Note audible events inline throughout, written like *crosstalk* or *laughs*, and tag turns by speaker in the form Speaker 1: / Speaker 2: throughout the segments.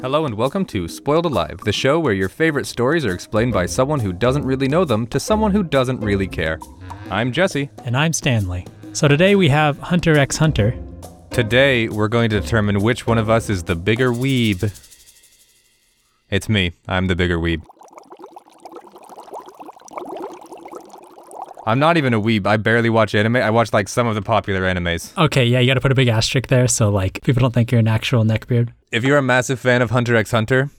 Speaker 1: Hello and welcome to Spoiled Alive, the show where your favorite stories are explained by someone who doesn't really know them to someone who doesn't really care. I'm Jesse.
Speaker 2: And I'm Stanley. So today we have Hunter x Hunter.
Speaker 1: Today we're going to determine which one of us is the bigger weeb. It's me. I'm the bigger weeb. I'm not even a weeb. I barely watch anime. I watch like some of the popular animes.
Speaker 2: Okay, yeah, you gotta put a big asterisk there so like people don't think you're an actual neckbeard.
Speaker 1: If you're a massive fan of Hunter x Hunter,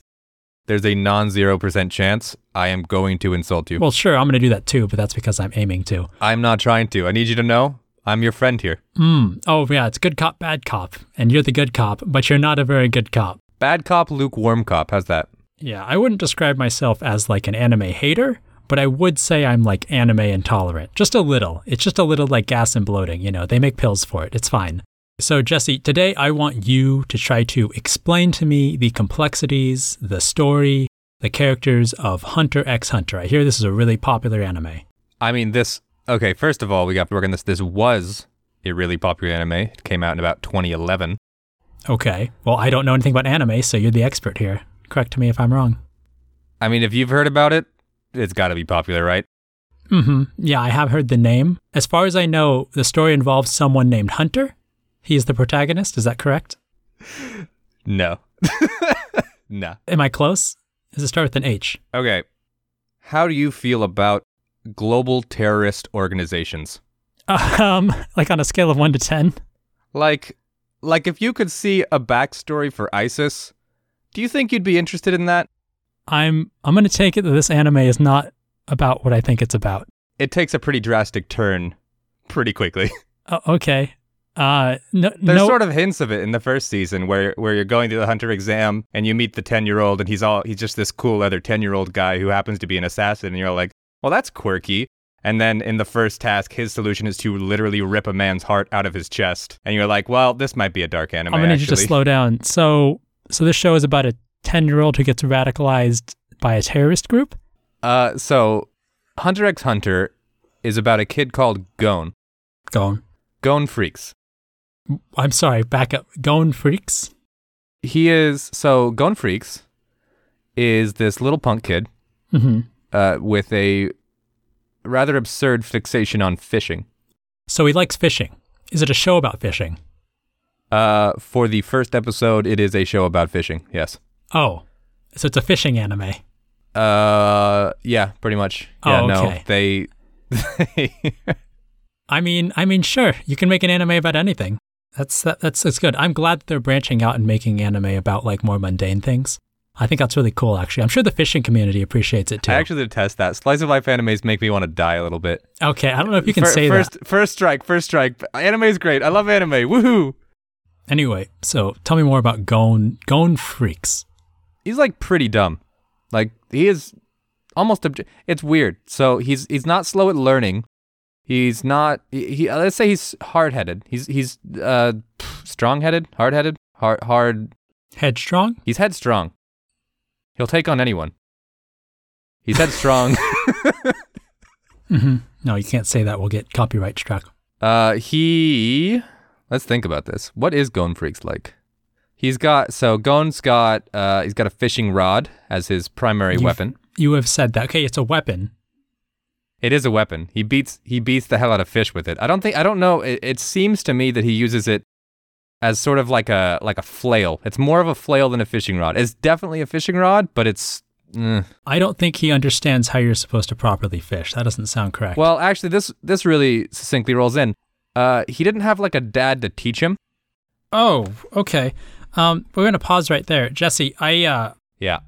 Speaker 1: there's a non 0% chance I am going to insult you.
Speaker 2: Well, sure, I'm gonna do that too, but that's because I'm aiming to.
Speaker 1: I'm not trying to. I need you to know I'm your friend here.
Speaker 2: Mm, oh yeah, it's good cop, bad cop, and you're the good cop, but you're not a very good cop.
Speaker 1: Bad cop, lukewarm cop. How's that?
Speaker 2: Yeah, I wouldn't describe myself as like an anime hater, but I would say I'm like anime intolerant. Just a little. It's just a little like gas and bloating, you know, they make pills for it. It's fine. So, Jesse, today I want you to try to explain to me the complexities, the story, the characters of Hunter x Hunter. I hear this is a really popular anime.
Speaker 1: I mean, this. Okay, first of all, we got to work on this. This was a really popular anime. It came out in about 2011.
Speaker 2: Okay. Well, I don't know anything about anime, so you're the expert here. Correct me if I'm wrong.
Speaker 1: I mean, if you've heard about it, it's got to be popular, right?
Speaker 2: hmm Yeah, I have heard the name. As far as I know, the story involves someone named Hunter. He is the protagonist. Is that correct?
Speaker 1: No. *laughs* no.
Speaker 2: Am I close? Does it start with an H? *laughs*
Speaker 1: Okay. How do you feel about global terrorist organizations?
Speaker 2: Um, like on a scale of one to ten.
Speaker 1: Like, like if you could see a backstory for ISIS, do you think you'd be interested in that?
Speaker 2: I'm I'm gonna take it that this anime is not about what I think it's about.
Speaker 1: It takes a pretty drastic turn pretty quickly. *laughs*
Speaker 2: Oh, okay. Uh, no,
Speaker 1: There's
Speaker 2: no.
Speaker 1: sort of hints of it in the first season where where you're going through the hunter exam and you meet the 10-year-old and he's all he's just this cool other 10-year-old guy who happens to be an assassin and you're like, "Well, that's quirky." And then in the first task, his solution is to literally rip a man's heart out of his chest. And you're like, "Well, this might be a dark anime
Speaker 2: I'm gonna need you
Speaker 1: actually."
Speaker 2: to slow down. So, so this show is about a ten-year-old who gets radicalized by a terrorist group.
Speaker 1: uh, so Hunter x Hunter is about a kid called Gon.
Speaker 2: Go on.
Speaker 1: Gon Freaks.
Speaker 2: I'm sorry. Back up. Gone freaks.
Speaker 1: He is so Gon Freaks is this little punk kid
Speaker 2: hmm
Speaker 1: uh, with a rather absurd fixation on fishing.
Speaker 2: So he likes fishing. Is it a show about fishing?
Speaker 1: Uh, for the first episode, it is a show about fishing. Yes.
Speaker 2: Oh, so it's a fishing anime.
Speaker 1: Uh, yeah, pretty much.
Speaker 2: Oh,
Speaker 1: Yeah,
Speaker 2: okay.
Speaker 1: *laughs* no, they.
Speaker 2: I mean, I mean, sure, you can make an anime about anything. That's that, that's that's good. I'm glad that they're branching out and making anime about like more mundane things. I think that's really cool, actually. I'm sure the fishing community appreciates it too.
Speaker 1: I actually detest that. Slice of life animes make me want to die a little bit.
Speaker 2: okay, I don't know if you can
Speaker 1: Fir-
Speaker 2: say
Speaker 1: first,
Speaker 2: that.
Speaker 1: first strike, first strike. Anime is great. I love anime. Woohoo!
Speaker 2: Anyway, so tell me more about Gone Gone Freaks.
Speaker 1: he's like pretty dumb. Like he is almost obj- it's weird. So he's he's not slow at learning. He's not he, he uh, let's say he's hard-headed. He's he's uh pff, strong-headed, hard-headed, hard hard
Speaker 2: Headstrong.
Speaker 1: he's headstrong. He'll take on anyone. He's headstrong.
Speaker 2: hmm No, you can't say that. We'll get copyright struck.
Speaker 1: Uh, he. Let's think about this. What is Gone Freaks like? He's got so Gone's got uh he's got a fishing rod as his primary
Speaker 2: You've-
Speaker 1: weapon.
Speaker 2: You have said that. Okay, it's a weapon.
Speaker 1: It is a weapon. He beats he beats the hell out of fish with it. I don't think I don't know. It, it seems to me that he uses it as sort of like a like a flail. It's more of a flail than a fishing rod. It's definitely a fishing rod, but it's eh.
Speaker 2: I don't think he understands how you're supposed to properly fish. That doesn't sound correct.
Speaker 1: well. Actually, this this really succinctly rolls in. Uh, he didn't have like a dad to teach him.
Speaker 2: oh, okay. Um, we're gonna pause right there, Jesse. I uh,
Speaker 1: Yeah.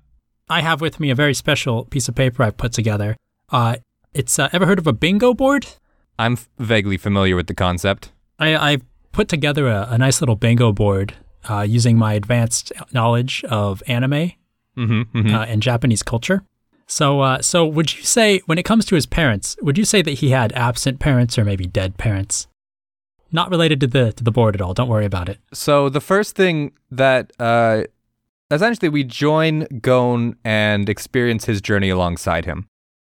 Speaker 2: I have with me a very special piece of paper I've put together. Uh, it's uh, ever heard of a bingo board?
Speaker 1: I'm f- vaguely familiar with the concept.
Speaker 2: I, I put together a, a nice little bingo board uh, using my advanced knowledge of anime
Speaker 1: Mm-hmm, mm-hmm.
Speaker 2: uh, and Japanese culture. So, uh, so would you say when it comes to his parents, would you say that he had absent parents or maybe dead parents? Not related to the to the board at all. Don't worry about it.
Speaker 1: So the first thing that uh, essentially we join Gon and experience his journey alongside him.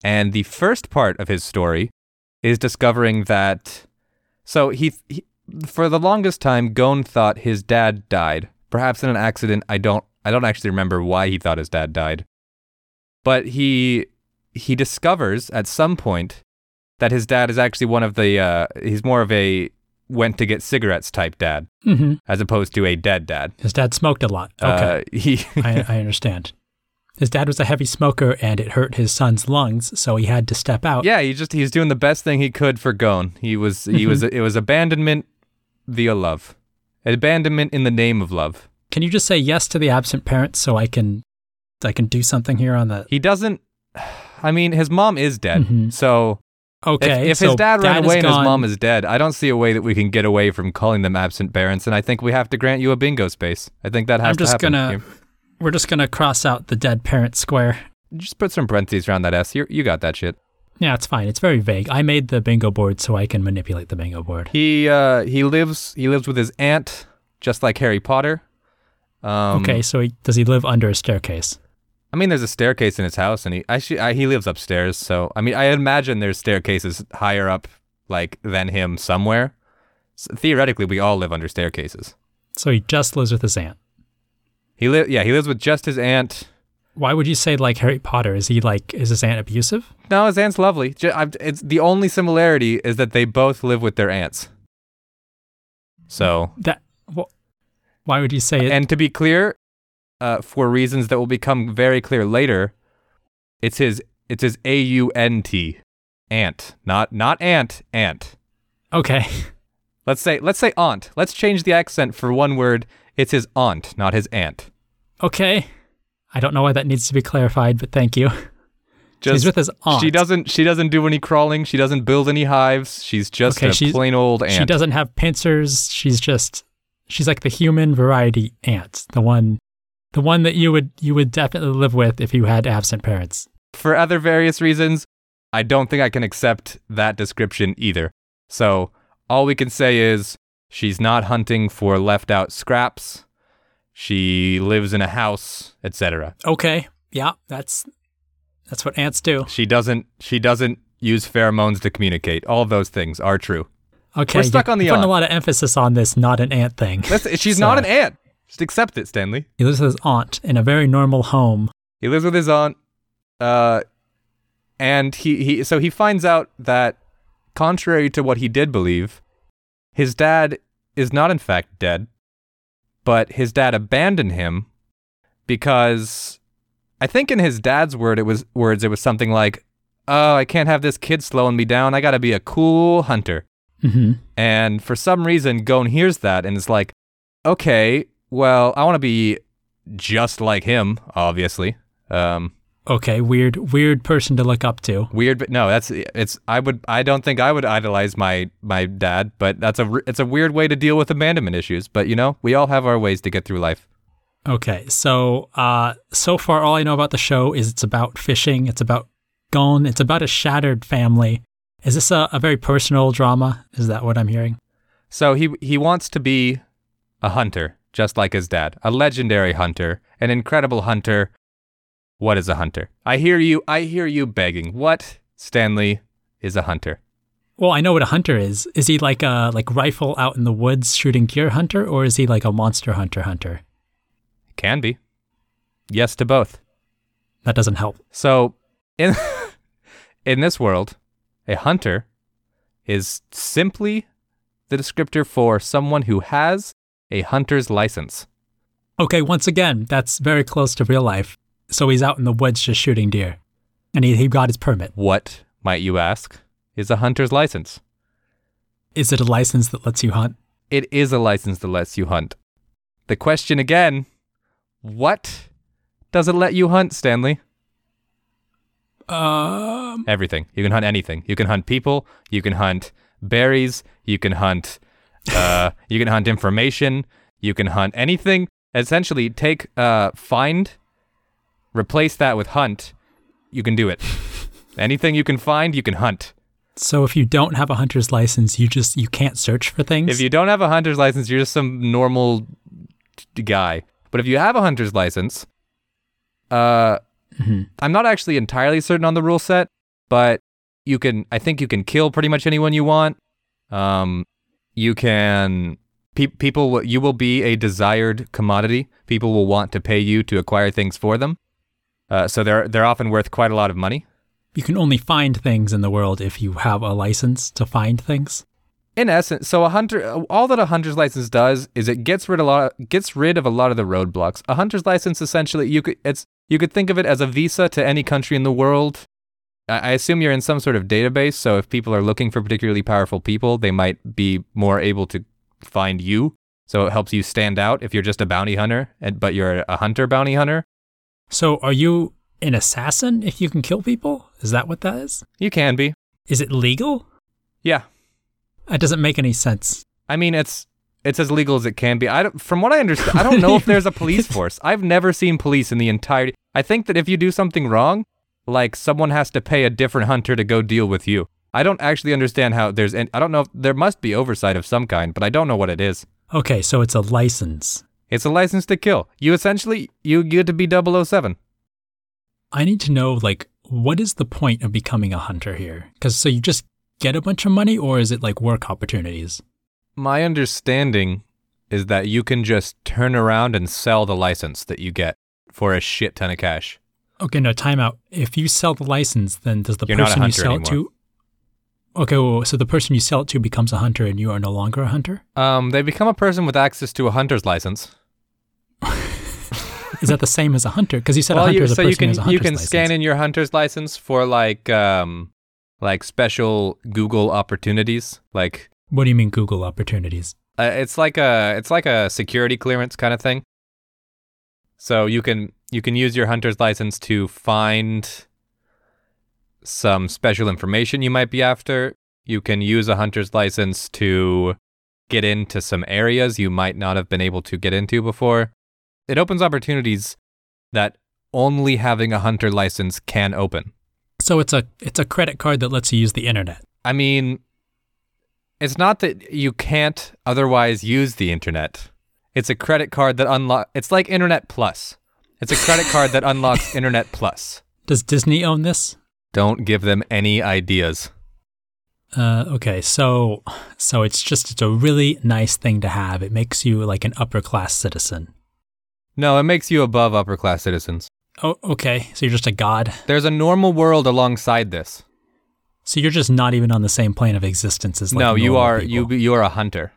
Speaker 1: And the first part of his story is discovering that so he, he for the longest time Gon thought his dad died, perhaps in an accident. I don't I don't actually remember why he thought his dad died. But he he discovers at some point that his dad is actually one of the uh, he's more of a went to get cigarettes type dad
Speaker 2: Mm-hmm.
Speaker 1: as opposed to a dead dad.
Speaker 2: His dad smoked a lot. Okay.
Speaker 1: Uh, *laughs* he
Speaker 2: I, I understand. His dad was a heavy smoker and it hurt his son's lungs, so he had to step out.
Speaker 1: yeah, he just he's doing the best thing he could for Gone. He was
Speaker 2: Mm-hmm.
Speaker 1: he was it was abandonment via love. Abandonment in the name of love.
Speaker 2: Can you just say yes to the absent parents so I can I can do something here on the
Speaker 1: He doesn't I mean his mom is dead.
Speaker 2: Mhm.
Speaker 1: So If,
Speaker 2: Okay.
Speaker 1: if
Speaker 2: so
Speaker 1: his dad ran
Speaker 2: is
Speaker 1: away and his
Speaker 2: gone.
Speaker 1: mom is dead, I don't see a way that we can get away from calling them absent parents, and I think we have to grant you a bingo space. I think that has
Speaker 2: I'm
Speaker 1: to
Speaker 2: just
Speaker 1: happen.
Speaker 2: gonna we're just gonna cross out the dead parent square.
Speaker 1: You- just put some parentheses around that S. You you got that shit.
Speaker 2: Yeah, it's fine. It's very vague. I made the bingo board so I can manipulate the bingo board.
Speaker 1: He uh he lives he lives with his aunt, just like Harry Potter. Um,
Speaker 2: okay, so he, does he live under a staircase?
Speaker 1: I mean, there's a staircase in his house, and he I, should- I he lives upstairs. So I mean, I imagine there's staircases higher up, like than him somewhere. So theoretically, we all live under staircases.
Speaker 2: So he just lives with his aunt.
Speaker 1: He li- yeah he lives with just his aunt.
Speaker 2: Why would you say like Harry Potter? Is he like is his aunt abusive?
Speaker 1: No, his aunt's lovely. Ju- I'm- It's the only similarity is that they both live with their aunts. So,
Speaker 2: That wh- why would you say it?
Speaker 1: and to be clear, uh, for reasons that will become very clear later, it's his it's his A U N T, aunt, not not aunt, aunt.
Speaker 2: okay,
Speaker 1: Let's say let's say aunt. Let's change the accent for one word. It's his aunt, not his aunt.
Speaker 2: okay. I don't know why that needs to be clarified, but thank you. So he's with his aunt.
Speaker 1: She doesn't she doesn't do any crawling. She doesn't build any hives. She's just
Speaker 2: Okay,
Speaker 1: a
Speaker 2: she's-
Speaker 1: plain old aunt.
Speaker 2: She doesn't have pincers. She's just she's like the human variety aunt, the one the one that you would you would definitely live with if you had absent parents.
Speaker 1: for other various reasons, I don't think I can accept that description either. So all we can say is she's not hunting for left out scraps. She lives in a house, etc.
Speaker 2: Okay. Yeah, that's that's what ants do.
Speaker 1: She doesn't she doesn't use pheromones to communicate. All those things are true.
Speaker 2: Okay.
Speaker 1: We're stuck
Speaker 2: you're
Speaker 1: on the
Speaker 2: putting
Speaker 1: aunt.
Speaker 2: a lot of emphasis on this not an ant thing.
Speaker 1: Listen, she's not an ant. Just accept it, Stanley.
Speaker 2: He lives with his aunt in a very normal home.
Speaker 1: He lives with his aunt. Uh and he, he so he finds out that contrary to what he did believe, his dad is not in fact dead, but his dad abandoned him because I think in his dad's word it was words it was something like, "Oh, I can't have this kid slowing me down. I got to be a cool hunter."
Speaker 2: hmm
Speaker 1: And for some reason, Gon hears that and is like, "Okay, well, I want to be just like him, obviously." Um,
Speaker 2: Okay, weird weird person to look up to.
Speaker 1: weird, but no, that's it's. I would, I don't think I would idolize my my dad, but that's a r- it's a weird way to deal with abandonment issues. But you know, we all have our ways to get through life.
Speaker 2: Okay, so uh, so far all I know about the show is it's about fishing, it's about Gone, it's about a shattered family. Is this a, a very personal drama? Is that what I'm hearing?
Speaker 1: So he he wants to be a hunter, just like his dad, a legendary hunter, an incredible hunter. What is a hunter? I hear you. I hear you begging. What Stanley is a hunter?
Speaker 2: Well, I know what a hunter is. Is he like a like rifle out in the woods shooting deer hunter, or is he like a monster hunter hunter?
Speaker 1: Can be. Yes to both.
Speaker 2: That doesn't help.
Speaker 1: So in *laughs* in this world, a hunter is simply the descriptor for someone who has a hunter's license.
Speaker 2: Okay, once again, that's very close to real life. So he's out in the woods just shooting deer, and he he got his permit.
Speaker 1: What, might you ask, is a hunter's license?
Speaker 2: Is it a license that lets you hunt?
Speaker 1: It is a license that lets you hunt. The question again, what does it let you hunt, Stanley?
Speaker 2: Um,
Speaker 1: Everything. You can hunt anything. You can hunt people. You can hunt berries. You can hunt. Uh, *laughs* you can hunt information. You can hunt anything. Essentially, take uh, find, replace that with hunt. You can do it. anything you can find, you can hunt.
Speaker 2: so if you don't have a hunter's license, you just you can't search for things.
Speaker 1: If you don't have a hunter's license, you're just some normal t- guy. But if you have a hunter's license, uh,
Speaker 2: Mhm.
Speaker 1: I'm not actually entirely certain on the rule set, but you can. I think you can kill pretty much anyone you want. Um, you can Pe- people, will, you will be a desired commodity. People will want to pay you to acquire things for them. Uh, so they're they're often worth quite a lot of money.
Speaker 2: You can only find things in the world if you have a license to find things.
Speaker 1: In essence, so a hunter, all that a hunter's license does is it gets rid of a lot, gets rid of a lot of the roadblocks. A hunter's license essentially, you could it's you could think of it as a visa to any country in the world. I I assume you're in some sort of database, so if people are looking for particularly powerful people, they might be more able to find you. So it helps you stand out if you're just a bounty hunter, and, but you're a hunter bounty hunter.
Speaker 2: So, are you an assassin if you can kill people? Is that what that is?
Speaker 1: You can be.
Speaker 2: Is it legal?
Speaker 1: Yeah.
Speaker 2: That doesn't make any sense.
Speaker 1: I mean, it's it's as legal as it can be. I don't, from what I understand, I don't know if there's a police force. I've never seen police in the entire. I think that if you do something wrong, like someone has to pay a different hunter to go deal with you. I don't actually understand how there's. an- I don't know if there must be oversight of some kind, but I don't know what it is.
Speaker 2: Okay, so it's a license.
Speaker 1: It's a license to kill. You essentially you get to be 007.
Speaker 2: I need to know like what is the point of becoming a hunter here? Cuz so you just get a bunch of money or is it like work opportunities?
Speaker 1: My understanding is that you can just turn around and sell the license that you get for a shit ton of cash.
Speaker 2: Okay, no, timeout. If you sell the license, then does the
Speaker 1: You're not a
Speaker 2: person you
Speaker 1: hunter
Speaker 2: sell it
Speaker 1: anymore.
Speaker 2: to Okay, well, so the person you sell it to becomes a hunter and you are no longer a hunter?
Speaker 1: Um, they become a person with access to a hunter's license.
Speaker 2: Is that the same as a hunter? Cuz you said a hunter
Speaker 1: you,
Speaker 2: is a
Speaker 1: so
Speaker 2: person
Speaker 1: you
Speaker 2: who
Speaker 1: can
Speaker 2: has a
Speaker 1: you
Speaker 2: hunter's
Speaker 1: can
Speaker 2: license.
Speaker 1: scan in your hunter's license for like um like special Google opportunities. Like
Speaker 2: What do you mean Google opportunities?
Speaker 1: uh, it's like a it's like a security clearance kind of thing. So you can you can use your hunter's license to find some special information you might be after. You can use a hunter's license to get into some areas you might not have been able to get into before. It opens opportunities that only having a hunter license can open.
Speaker 2: So it's a it's a credit card that lets you use the internet.
Speaker 1: I mean, it's not that you can't otherwise use the internet. It's a credit card that unlock. It's like Internet Plus. It's a credit card that
Speaker 2: *laughs*
Speaker 1: unlocks Internet Plus.
Speaker 2: Does Disney own this?
Speaker 1: Don't give them any ideas.
Speaker 2: Uh, okay, so so it's just it's a really nice thing to have. It makes you like an upper class citizen.
Speaker 1: No, it makes you above upper class citizens.
Speaker 2: Oh, okay. So you're just a god.
Speaker 1: There's a normal world alongside this.
Speaker 2: So you're just not even on the same plane of existence as like
Speaker 1: no, you
Speaker 2: normal
Speaker 1: are
Speaker 2: people.
Speaker 1: you be- you are a hunter.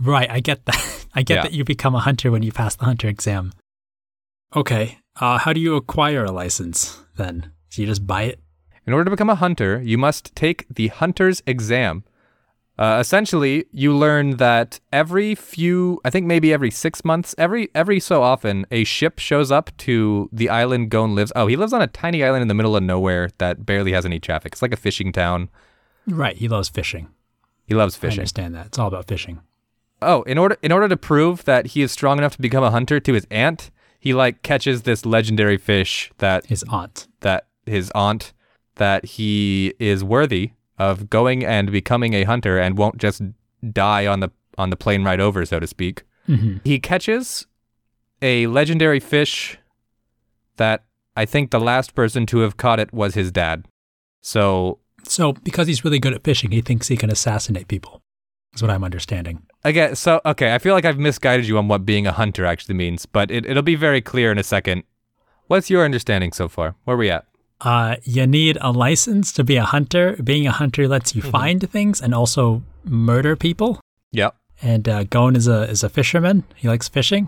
Speaker 2: right. I get that. *laughs* I get
Speaker 1: Yeah.
Speaker 2: that you become a hunter when you pass the hunter exam. Okay. Uh, how do you acquire a license then? So you just buy it.
Speaker 1: In order to become a hunter, you must take the hunter's exam. Uh, essentially, you learn that every few, I think maybe every six months, every every so often, a ship shows up to the island Gon lives. Oh, he lives on a tiny island in the middle of nowhere that barely has any traffic. It's like a fishing town.
Speaker 2: Right. He loves fishing.
Speaker 1: He loves
Speaker 2: I
Speaker 1: fishing.
Speaker 2: understand that. It's all about fishing.
Speaker 1: Oh, in order in order to prove that he is strong enough to become a hunter to his aunt, he like catches this legendary fish that
Speaker 2: His aunt.
Speaker 1: that his aunt that he is worthy of going and becoming a hunter and won't just die on the on the plane ride over, so to speak.
Speaker 2: hmm
Speaker 1: He catches a legendary fish that I think the last person to have caught it was his dad. So
Speaker 2: So because he's really good at fishing, he thinks he can assassinate people. Is what I'm understanding.
Speaker 1: again, so okay, I feel like I've misguided you on what being a hunter actually means, but it, it'll be very clear in a second. What's your understanding so far? Where are we at?
Speaker 2: Uh, you need a license to be a hunter. Being a hunter lets you find things and also murder people.
Speaker 1: Yep.
Speaker 2: And uh, Gon is a is a fisherman. He likes fishing,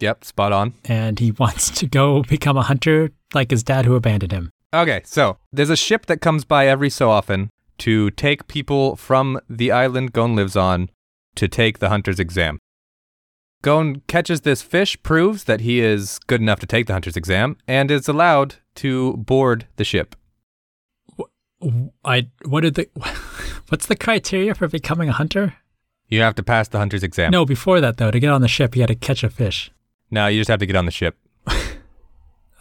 Speaker 1: Yep, spot on.
Speaker 2: and he *laughs* wants to go become a hunter like his dad, who abandoned him.
Speaker 1: Okay, so there's a ship that comes by every so often to take people from the island Gon lives on to take the hunter's exam. Gon catches this fish, proves that he is good enough to take the hunter's exam, and is allowed to board the ship.
Speaker 2: I what are the *laughs* what's the criteria for becoming a hunter?
Speaker 1: You have to pass the hunter's exam.
Speaker 2: No, before that though, to get on the ship, he had to catch a fish.
Speaker 1: No, you just have to get on the ship.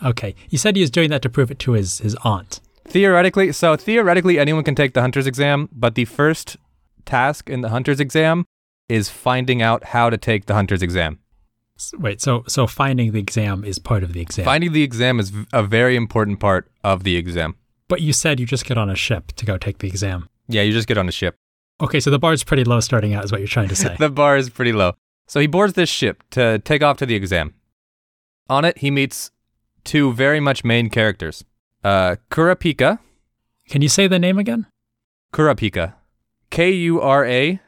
Speaker 2: Okay, he said he was doing that to prove it to his his aunt.
Speaker 1: Theoretically, so theoretically, anyone can take the hunter's exam, but the first task in the hunter's exam is finding out how to take the hunter's exam.
Speaker 2: S- Wait, so so finding the exam is part of the exam.
Speaker 1: Finding the exam is v- a very important part of the exam.
Speaker 2: but you said you just get on a ship to go take the exam.
Speaker 1: Yeah, you just get on a ship.
Speaker 2: Okay, so the bar's pretty low starting out, is what you're trying to say.
Speaker 1: *laughs* the bar is pretty low. So he boards this ship to take off to the exam. On it, he meets two very much main characters uh, Kurapika.
Speaker 2: Can you say the name again?
Speaker 1: Kurapika. K U R A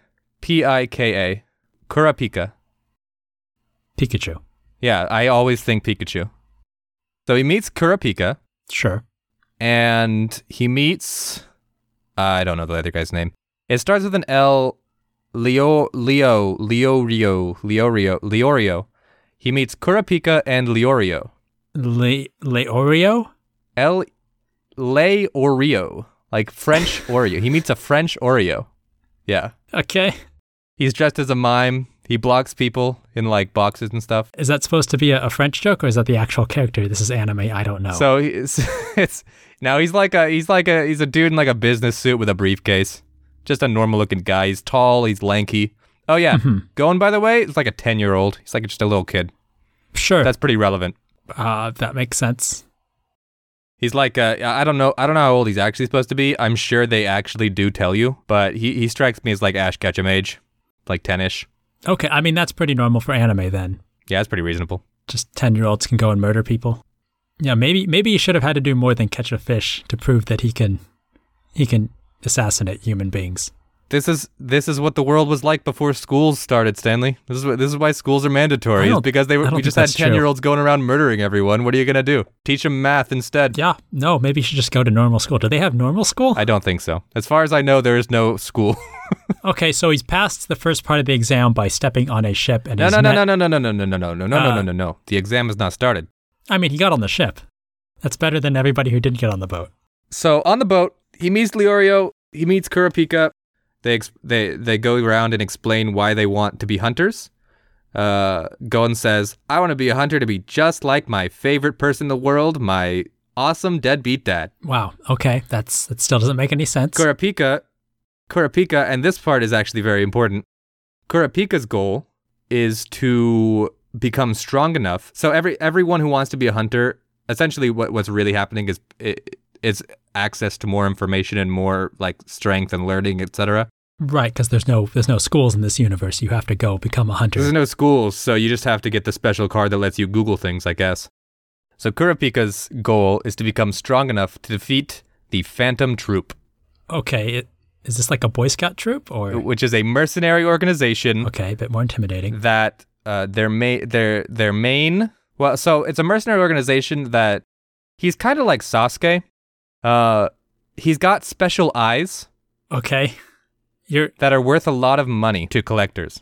Speaker 1: P I K A. Kurapika.
Speaker 2: Pikachu.
Speaker 1: Yeah, I always think Pikachu. So he meets Kurapika
Speaker 2: Sure.
Speaker 1: and he meets. uh, I don't know the other guy's name. It starts with an L. Leo, Leo, Leorio, Leorio, Leorio. He meets Kurapika and Leorio.
Speaker 2: Le- Leorio?
Speaker 1: L. Le Oreo. Like French Oreo. He meets a French Oreo. Yeah.
Speaker 2: Okay.
Speaker 1: He's dressed as a mime. He blocks people in like boxes and stuff.
Speaker 2: Is that supposed to be a, a French joke or is that the actual character? This is anime. I don't know.
Speaker 1: So he's *laughs* it's now he's like a he's like a he's a dude in like a business suit with a briefcase. Just a normal looking guy. He's tall, he's lanky. Oh yeah. Going by the way, it's like a ten year old. He's like just a little kid.
Speaker 2: sure.
Speaker 1: That's pretty relevant.
Speaker 2: uh, that makes sense.
Speaker 1: He's like uh, I don't know I don't know how old he's actually supposed to be. I'm sure they actually do tell you, but he, he strikes me as like Ash Ketchum age, like ten ish.
Speaker 2: Okay, I mean, that's pretty normal for anime then.
Speaker 1: Yeah, that's pretty reasonable.
Speaker 2: Just 10 year olds can go and murder people. Yeah, maybe maybe he should have had to do more than catch a fish to prove that he can he can assassinate human beings.
Speaker 1: This is this is what the world was like before schools started, Stanley. This is wh- this is why schools are mandatory.
Speaker 2: I
Speaker 1: It's
Speaker 2: don't-
Speaker 1: because they
Speaker 2: I
Speaker 1: were,
Speaker 2: don't
Speaker 1: we
Speaker 2: think
Speaker 1: just had
Speaker 2: that's true.
Speaker 1: ten year olds going around murdering everyone. What are you gonna do? Teach them math instead?
Speaker 2: Yeah, no, maybe he should just go to normal school. Do they have normal school?
Speaker 1: I don't think so. As far as I know, there is no school.
Speaker 2: Okay, so he's passed the first part of the exam by stepping on a ship
Speaker 1: *laughs*
Speaker 2: and
Speaker 1: no,
Speaker 2: he's
Speaker 1: no, no,
Speaker 2: met-
Speaker 1: no, no, no, no, no, no, no, no, no, no, no,
Speaker 2: Uh,
Speaker 1: no, no. The exam has not started.
Speaker 2: I mean, he got on the ship. That's better than everybody who didn't get on the boat.
Speaker 1: So on the boat, he meets Leorio. He meets Kurapika. They ex- they they go around and explain why they want to be hunters. Uh, Gon says, "I want to be a hunter to be just like my favorite person in the world, my awesome deadbeat dad."
Speaker 2: Wow. Okay, that's that still doesn't make any sense.
Speaker 1: Kurapika, Kurapika, and this part is actually very important. Kurapika's goal is to become strong enough. So every everyone who wants to be a hunter, essentially, what, what's really happening is i- is access to more information and more like strength and learning, etc.
Speaker 2: Right, because there's no there's no schools in this universe. You have to go become a hunter.
Speaker 1: There's no schools, so you just have to get the special card that lets you Google things, I guess. So Kurapika's goal is to become strong enough to defeat the Phantom Troop,
Speaker 2: Okay, it, is this like a Boy Scout troop or?
Speaker 1: which is a mercenary organization
Speaker 2: Okay, a bit more intimidating.
Speaker 1: that uh, their main their their main well, so it's a mercenary organization that he's kind of like Sasuke. Uh, he's got special eyes
Speaker 2: Okay, you're.
Speaker 1: that are worth a lot of money to collectors.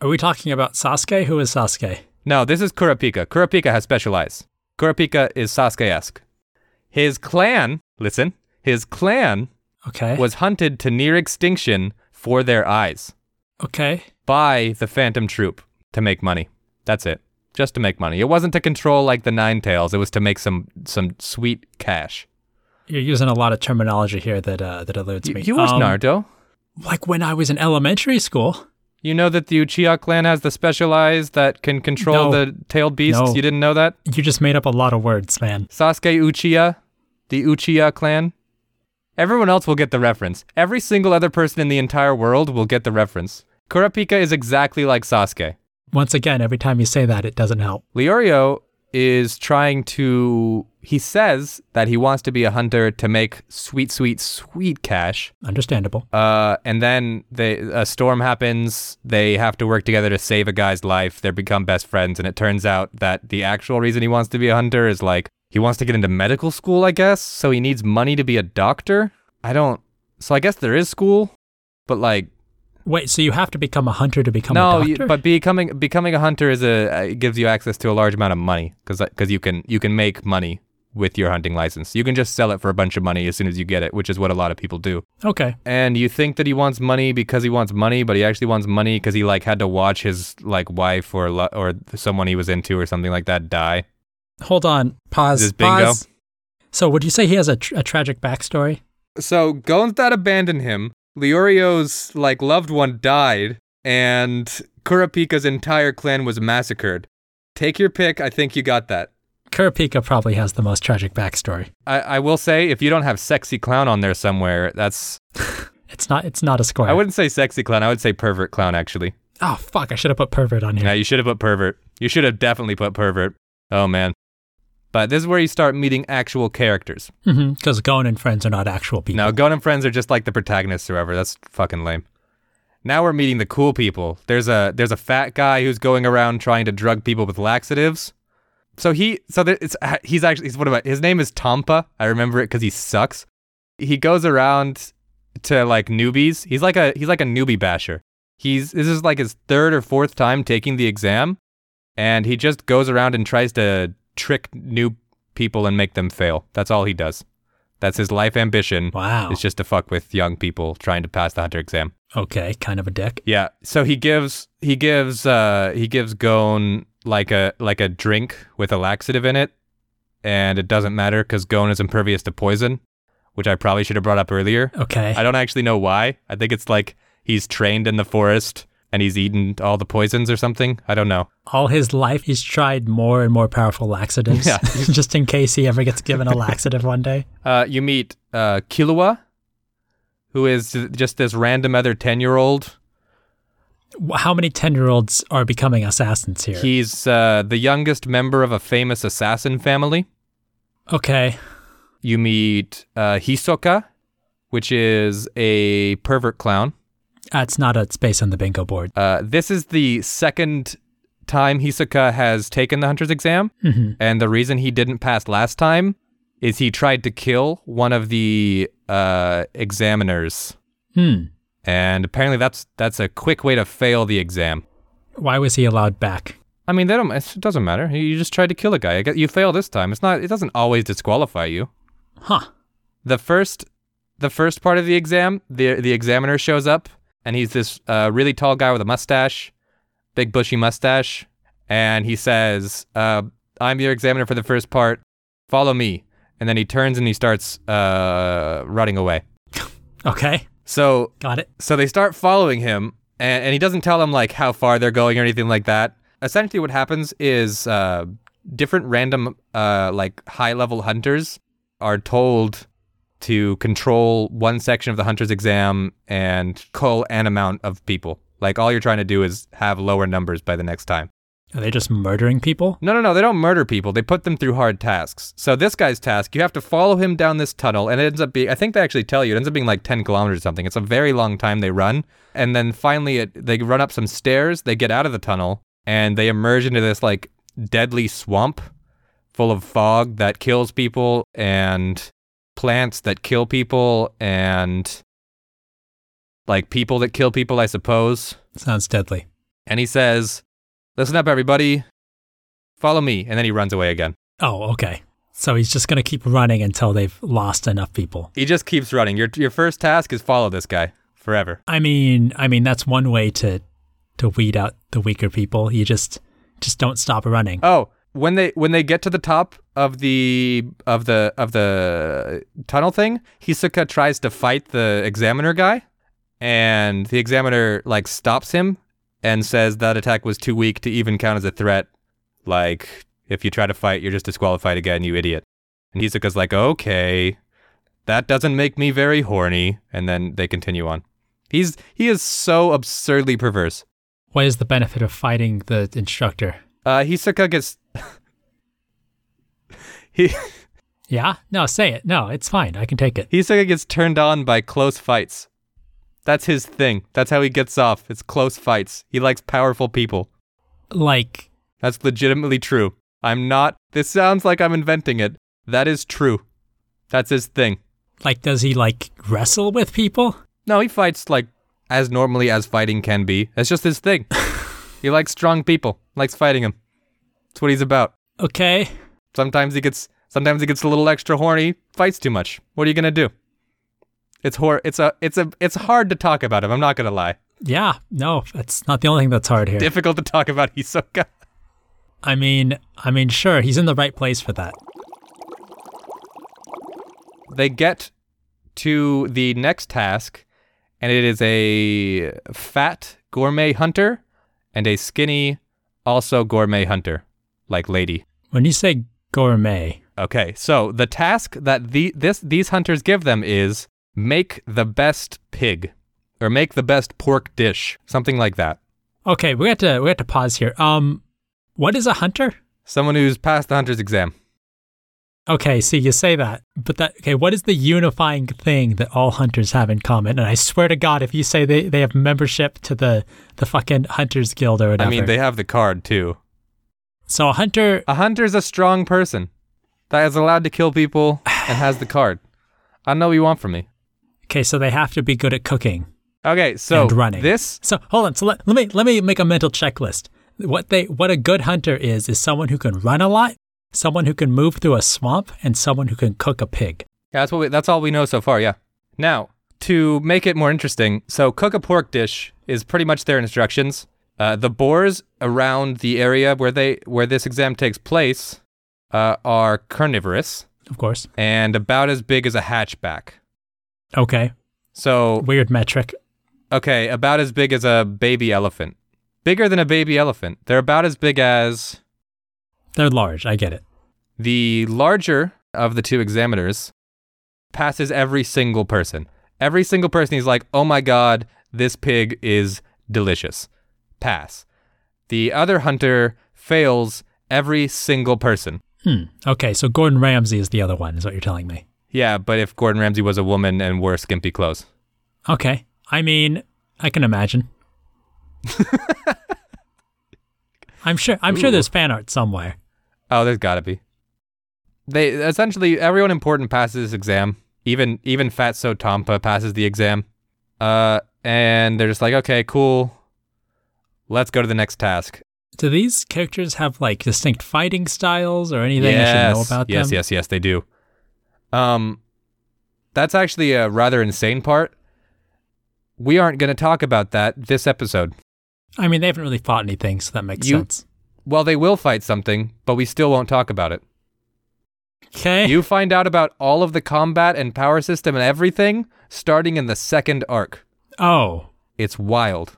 Speaker 2: Are we talking about Sasuke? Who is Sasuke?
Speaker 1: No, this is Kurapika. Kurapika has special eyes. Kurapika is Sasuke-esque. His clan, listen, his clan
Speaker 2: Okay.
Speaker 1: was hunted to near extinction for their eyes
Speaker 2: okay.
Speaker 1: by the Phantom Troop to make money. That's it. Just to make money. It wasn't to control like the Nine Tails. It was to make some some sweet cash.
Speaker 2: You're using a lot of terminology here that uh, that eludes
Speaker 1: You,
Speaker 2: me.
Speaker 1: you watched
Speaker 2: Um,
Speaker 1: Naruto.
Speaker 2: Like when I was in elementary school.
Speaker 1: You know that the Uchiha clan has the special eyes that can control
Speaker 2: No.
Speaker 1: the tailed beasts.
Speaker 2: No.
Speaker 1: You didn't know that?
Speaker 2: You just made up a lot of words, man.
Speaker 1: Sasuke Uchiha, the Uchiha clan. Everyone else will get the reference. Every single other person in the entire world will get the reference. Kurapika is exactly like Sasuke.
Speaker 2: Once again, every time you say that, it doesn't help.
Speaker 1: Leorio is trying to. He says that he wants to be a hunter to make sweet, sweet, sweet cash.
Speaker 2: Understandable.
Speaker 1: Uh, and then they, a storm happens. They have to work together to save a guy's life. They become best friends. And it turns out that the actual reason he wants to be a hunter is like he wants to get into medical school, I guess. So he needs money to be a doctor. I don't. So I guess there is school, but like
Speaker 2: Wait, so you have to become a hunter to become
Speaker 1: no,
Speaker 2: a
Speaker 1: you-
Speaker 2: doctor?
Speaker 1: but becoming becoming a hunter is a uh, it gives you access to a large amount of money because you can you can make money with your hunting license. You can just sell it for a bunch of money as soon as you get it, which is what a lot of people do.
Speaker 2: okay.
Speaker 1: And you think that he wants money because he wants money, but he actually wants money because he like had to watch his like wife or lo- or someone he was into or something like that die.
Speaker 2: Hold on. Pause.
Speaker 1: Is this bingo?
Speaker 2: Pause. So, would you say he has a, tr- a tragic backstory?
Speaker 1: So Gon's dad abandoned him. Leorio's like loved one died, and Kurapika's entire clan was massacred. Take your pick. I think you got that.
Speaker 2: Kurapika probably has the most tragic backstory.
Speaker 1: I, I will say, if you don't have sexy clown on there somewhere, that's
Speaker 2: It's It's not. It's not a square.
Speaker 1: I wouldn't say sexy clown. I would say pervert clown, actually.
Speaker 2: Oh fuck! I should have put pervert on here.
Speaker 1: Yeah, you should have put pervert. You should have definitely put pervert. Oh, man. But this is where you start meeting actual characters.
Speaker 2: Because Gon Mm-hmm. and friends are not actual people.
Speaker 1: Now, Gon and friends are just like the protagonists or whatever. That's fucking lame. Now we're meeting the cool people. There's a there's a fat guy who's going around trying to drug people with laxatives. So he so there, it's uh, he's actually he's what about his name is Tampa. I remember it because he sucks. He goes around to like newbies. He's like a he's like a newbie basher. He's this is like his third or fourth time taking the exam, and he just goes around and tries to trick new people and make them fail. That's all he does. That's his life ambition.
Speaker 2: Wow.
Speaker 1: It's just to fuck with young people trying to pass the hunter exam.
Speaker 2: Okay, kind of a dick.
Speaker 1: Yeah. So he gives he gives uh he gives Gon like a like a drink with a laxative in it, and it doesn't matter because Gon is impervious to poison, which I probably should have brought up earlier.
Speaker 2: Okay.
Speaker 1: I don't actually know why. I think it's like he's trained in the forest and he's eaten all the poisons or something. I don't know.
Speaker 2: All his life, he's tried more and more powerful laxatives,
Speaker 1: Yeah.
Speaker 2: *laughs* just in case he ever gets
Speaker 1: *laughs*
Speaker 2: given a laxative one day.
Speaker 1: Uh, you meet uh, Kilua, who is just this random other ten year old.
Speaker 2: W- How many ten-year-olds are becoming assassins here?
Speaker 1: He's uh, the youngest member of a famous assassin family.
Speaker 2: okay.
Speaker 1: You meet uh, Hisoka, which is a pervert clown.
Speaker 2: That's not a space on the bingo board.
Speaker 1: Uh, this is the second time Hisoka has taken the hunter's exam. And the reason he didn't pass last time is he tried to kill one of the uh, examiners.
Speaker 2: Hmm.
Speaker 1: And apparently that's that's a quick way to fail the exam.
Speaker 2: Why was he allowed back?
Speaker 1: I mean, they don't, it doesn't matter. You just tried to kill a guy. I guess You fail this time. It's not. It doesn't always disqualify you.
Speaker 2: Huh.
Speaker 1: the first the first part of the exam the the examiner shows up and he's this uh, really tall guy with a mustache big bushy mustache and he says uh, i'm your examiner for the first part follow me and then he turns and he starts uh, running away
Speaker 2: Okay.
Speaker 1: so
Speaker 2: Got it.
Speaker 1: so they start following him, and, and he doesn't tell them like how far they're going or anything like that. Essentially, what happens is uh, different random uh, like high level hunters are told to control one section of the hunter's exam and cull an amount of people. Like all you're trying to do is have lower numbers by the next time.
Speaker 2: Are they just murdering people?
Speaker 1: No, no, no. They don't murder people. They put them through hard tasks. So this guy's task, you have to follow him down this tunnel, and it ends up being—I think they actually tell you—it ends up being like 10 kilometers or something. It's a very long time they run, and then finally it, they run up some stairs. They get out of the tunnel, and they emerge into this like deadly swamp full of fog that kills people and plants that kill people and like people that kill people, I suppose.
Speaker 2: Sounds deadly.
Speaker 1: And he says, Listen up, everybody. Follow me. And then he runs away again.
Speaker 2: Oh, okay. So he's just going to keep running until they've lost enough people.
Speaker 1: He just keeps running. Your, your first task is follow this guy forever.
Speaker 2: I mean, I mean that's one way to to weed out the weaker people. You just just don't stop running.
Speaker 1: Oh, when they when they get to the top of the of the of the tunnel thing, Hisoka tries to fight the examiner guy, and the examiner like stops him and says that attack was too weak to even count as a threat. Like if you try to fight, you're just disqualified again, you idiot. And Hisoka's like, okay, that doesn't make me very horny. And then they continue on. He's he is so absurdly perverse.
Speaker 2: What is the benefit of fighting the instructor?
Speaker 1: Uh, Hisoka gets. he.
Speaker 2: Yeah? No, say it. No, it's fine. I can take it.
Speaker 1: Hisoka gets turned on by close fights. That's his thing. That's how he gets off. It's close fights. He likes powerful people.
Speaker 2: Like
Speaker 1: That's legitimately true. I'm not. This sounds like I'm inventing it. That is true. That's his thing.
Speaker 2: like does he like wrestle with people?
Speaker 1: No, he fights like as normally as fighting can be. That's just his thing. he likes strong people. Likes fighting them. That's what he's about.
Speaker 2: Okay.
Speaker 1: Sometimes he gets sometimes he gets a little extra horny, fights too much. What are you gonna do? It's hor it's a it's a it's hard to talk about him, I'm not gonna lie.
Speaker 2: Yeah. No, that's not the only thing that's hard here.
Speaker 1: Difficult to talk about *laughs* Hisoka.
Speaker 2: I mean, I mean sure, he's in the right place for that.
Speaker 1: They get to the next task, and it is a fat gourmet hunter and a skinny also gourmet hunter, like lady.
Speaker 2: When you say gourmet,
Speaker 1: Okay, so the task that the this these hunters give them is make the best pig or make the best pork dish, something like that.
Speaker 2: Okay, we have to we have to pause here. Um, what is a hunter?
Speaker 1: Someone who's passed the hunter's exam.
Speaker 2: Okay, see, you say that, but that okay. What is the unifying thing that all hunters have in common? And I swear to God, if you say they, they have membership to the the fucking hunters guild or whatever,
Speaker 1: I mean, they have the card too.
Speaker 2: so a hunter.
Speaker 1: A hunter's a strong person that is allowed to kill people and has the card. I know what you want from me.
Speaker 2: Okay, so they have to be good at cooking.
Speaker 1: Okay, so
Speaker 2: and running.
Speaker 1: this
Speaker 2: So hold on. So let, let me let me make a mental checklist. What they what a good hunter is is someone who can run a lot, someone who can move through a swamp, and someone who can cook a pig.
Speaker 1: Yeah, that's what we, that's all we know so far. Yeah. Now to make it more interesting, so cook a pork dish is pretty much their instructions. Uh, the boars around the area where they where this exam takes place uh, are carnivorous
Speaker 2: Of course.
Speaker 1: and about as big as a hatchback.
Speaker 2: Okay.
Speaker 1: So
Speaker 2: Weird metric.
Speaker 1: okay, about as big as a baby elephant, bigger than a baby elephant. They're about as big as
Speaker 2: They're large. I get it.
Speaker 1: the larger of the two examiners passes every single person. Every single person is like, oh my God, this pig is delicious. Pass. The other hunter fails every single person.
Speaker 2: Hmm. Okay. So Gordon Ramsay is the other one, is what you're telling me.
Speaker 1: Yeah, but if Gordon Ramsay was a woman and wore skimpy clothes.
Speaker 2: Okay. I mean, I can
Speaker 1: *laughs*
Speaker 2: imagine. I'm sure. I'm sure there's fan art somewhere.
Speaker 1: Oh, there's gotta be. They essentially everyone important passes this exam. Even even Fatso Tampa passes the exam. Uh, and they're just like, okay, cool. Let's go to the next task.
Speaker 2: Do these characters have like distinct fighting styles or anything I should know about
Speaker 1: yes,
Speaker 2: them?
Speaker 1: yes, yes, they do. Um, that's actually a rather insane part. We aren't going to talk about that this episode.
Speaker 2: I mean, they haven't really fought anything, so that makes
Speaker 1: You-
Speaker 2: sense.
Speaker 1: Well, they will fight something, but we still won't talk about it.
Speaker 2: Okay.
Speaker 1: You find out about all of the combat and power system and everything starting in the second arc.
Speaker 2: oh.
Speaker 1: It's wild.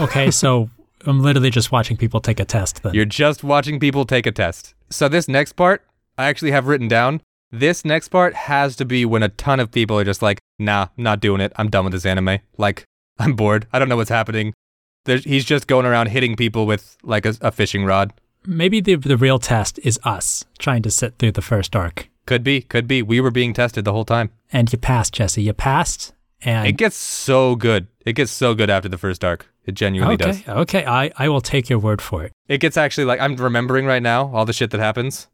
Speaker 2: Okay. so *laughs* I'm literally just watching people take a test. Then.
Speaker 1: You're just watching people take a test. So, this next part, I actually have written down. This next part has to be when a ton of people are just like, nah, not doing it. I'm done with this anime. Like, *laughs* I'm bored. I don't know what's happening. There's, he's just going around hitting people with like a, a fishing rod.
Speaker 2: Maybe the the real test is us trying to sit through the first arc.
Speaker 1: Could be, could be. We were being tested the whole time.
Speaker 2: And you passed, Jesse. You passed. And
Speaker 1: It gets so good. It gets so good after the first arc. It genuinely
Speaker 2: okay.
Speaker 1: does.
Speaker 2: Okay. I I will take your word for it.
Speaker 1: It gets actually like I'm remembering right now all the shit that happens.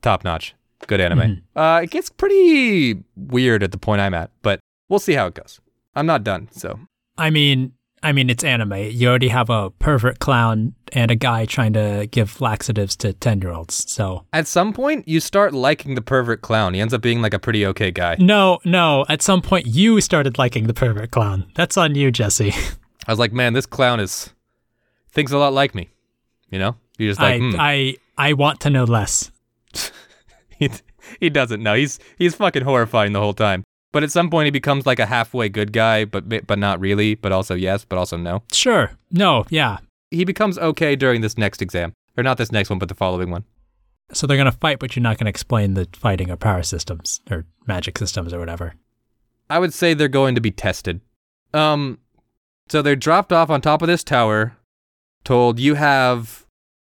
Speaker 1: Top notch. Good anime.
Speaker 2: Mm-hmm.
Speaker 1: Uh, it gets pretty weird at the point I'm at, but we'll see how it goes. I'm not done, so
Speaker 2: I mean, I mean, it's anime. You already have a pervert clown and a guy trying to give laxatives to ten-year-olds. So
Speaker 1: at some point you start liking the pervert clown. He ends up being like a pretty okay guy.
Speaker 2: no, no. At some point, you started liking the pervert clown. That's on
Speaker 1: *laughs*
Speaker 2: you, Jesse.
Speaker 1: I was like, man, this clown is thinks a lot like me. You know, you're just like,
Speaker 2: I,
Speaker 1: hmm.
Speaker 2: I, I want to know less.
Speaker 1: *laughs* he, he doesn't know. He's he's fucking horrifying the whole time. But at some point he becomes like a halfway good guy, but but not really. But also yes, but also no.
Speaker 2: Sure. No. Yeah.
Speaker 1: he becomes okay during this next exam, or not this next one, but the following one.
Speaker 2: So they're gonna fight, but you're not gonna explain the fighting or power systems or magic systems or whatever.
Speaker 1: I would say they're going to be tested. Um, so they're dropped off on top of this tower, told you have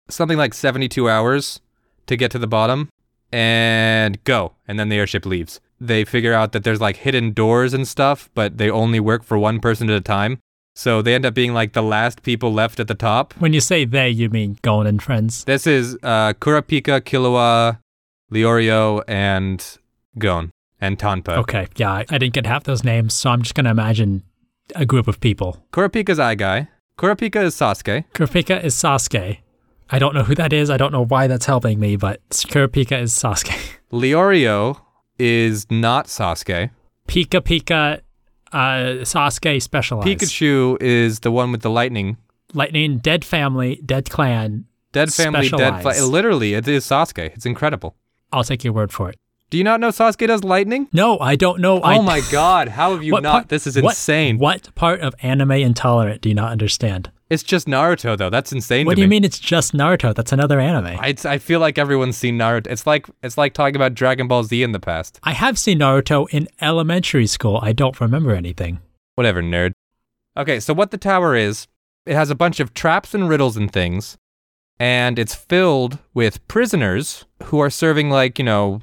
Speaker 1: something like 72 hours to get to the bottom and go. And then the airship leaves. They figure out that there's like hidden doors and stuff, but they only work for one person at a time. So they end up being like the last people left at the top.
Speaker 2: When you say they, you mean Gon and friends.
Speaker 1: This is uh, Kurapika, Killua, Leorio, and Gon, and Tanpa.
Speaker 2: Okay. Yeah. I, I didn't get half those names, so I'm just gonna imagine a group of people.
Speaker 1: Kurapika's Eye Guy. Kurapika is Sasuke.
Speaker 2: Kurapika is Sasuke. I don't know who that is. I don't know why that's helping me, but Kurapika is Sasuke. *laughs*
Speaker 1: Leorio is not Sasuke.
Speaker 2: Pika Pika, uh, Sasuke specialized.
Speaker 1: Pikachu is the one with the lightning.
Speaker 2: Lightning, dead family, dead clan.
Speaker 1: Dead family, dead fly.
Speaker 2: Specialized.
Speaker 1: Literally, it is Sasuke. It's incredible.
Speaker 2: I'll take your word for it.
Speaker 1: Do you not know Sasuke does lightning?
Speaker 2: No, I don't know. I,
Speaker 1: oh
Speaker 2: *laughs*
Speaker 1: my god, how have you
Speaker 2: What
Speaker 1: not?
Speaker 2: part-
Speaker 1: this is
Speaker 2: what-
Speaker 1: insane.
Speaker 2: What part of anime intolerant do you not understand?
Speaker 1: It's just Naruto, though. That's insane.
Speaker 2: What
Speaker 1: to
Speaker 2: do you
Speaker 1: me.
Speaker 2: mean it's just Naruto? That's another anime.
Speaker 1: I, I feel like everyone's seen Naruto. It's like it's like talking about Dragon Ball Z in the past.
Speaker 2: I have seen Naruto in elementary school. I don't remember anything.
Speaker 1: Whatever, nerd. Okay, so what the tower is, it has a bunch of traps and riddles and things, and it's filled with prisoners who are serving like you know,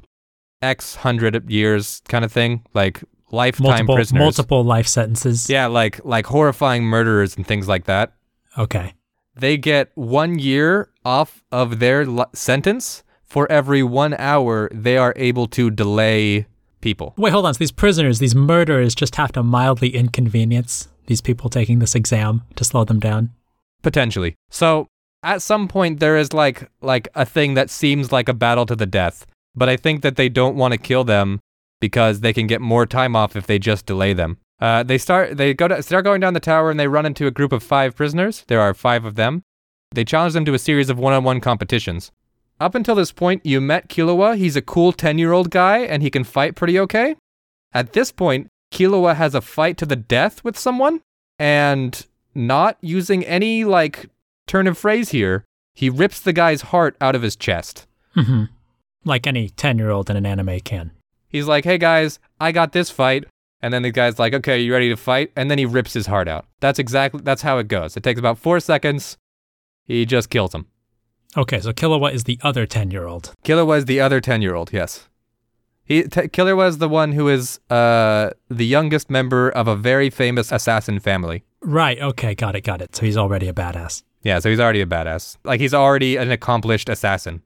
Speaker 1: x hundred years kind of thing, like lifetime
Speaker 2: Multiple
Speaker 1: prisoners.
Speaker 2: multiple life sentences.
Speaker 1: Yeah, like like horrifying murderers and things like that.
Speaker 2: Okay.
Speaker 1: they get one year off of their l- sentence for every one hour they are able to delay people.
Speaker 2: Wait, hold on. So these prisoners, these murderers, just have to mildly inconvenience these people taking this exam to slow them down.
Speaker 1: potentially. So at some point there is like like a thing that seems like a battle to the death, but I think that they don't want to kill them because they can get more time off if they just delay them. Uh, they start they go to, start going down the tower and they run into a group of five prisoners. There are five of them. They challenge them to a series of one-on-one competitions. Up until this point, you met Killua. He's a cool 10-year-old guy and he can fight pretty okay. At this point, Killua has a fight to the death with someone and not using any like turn of phrase here, he rips the guy's heart out of his chest.
Speaker 2: hmm Like any 10 year old in an anime can.
Speaker 1: He's like, "Hey guys, I got this fight." And then the guy's like, "Okay, you ready to fight?" And then he rips his heart out. That's exactly that's how it goes. It takes about 4 seconds. He just kills him.
Speaker 2: Okay, so Killua is the other 10 year old.
Speaker 1: Killer was the other 10-year-old, yes. He t- Killer was the one who is uh the youngest member of a very famous assassin family.
Speaker 2: Right, okay, got it, got it. So he's already a badass.
Speaker 1: Yeah, so he's already a badass. Like he's already an accomplished assassin.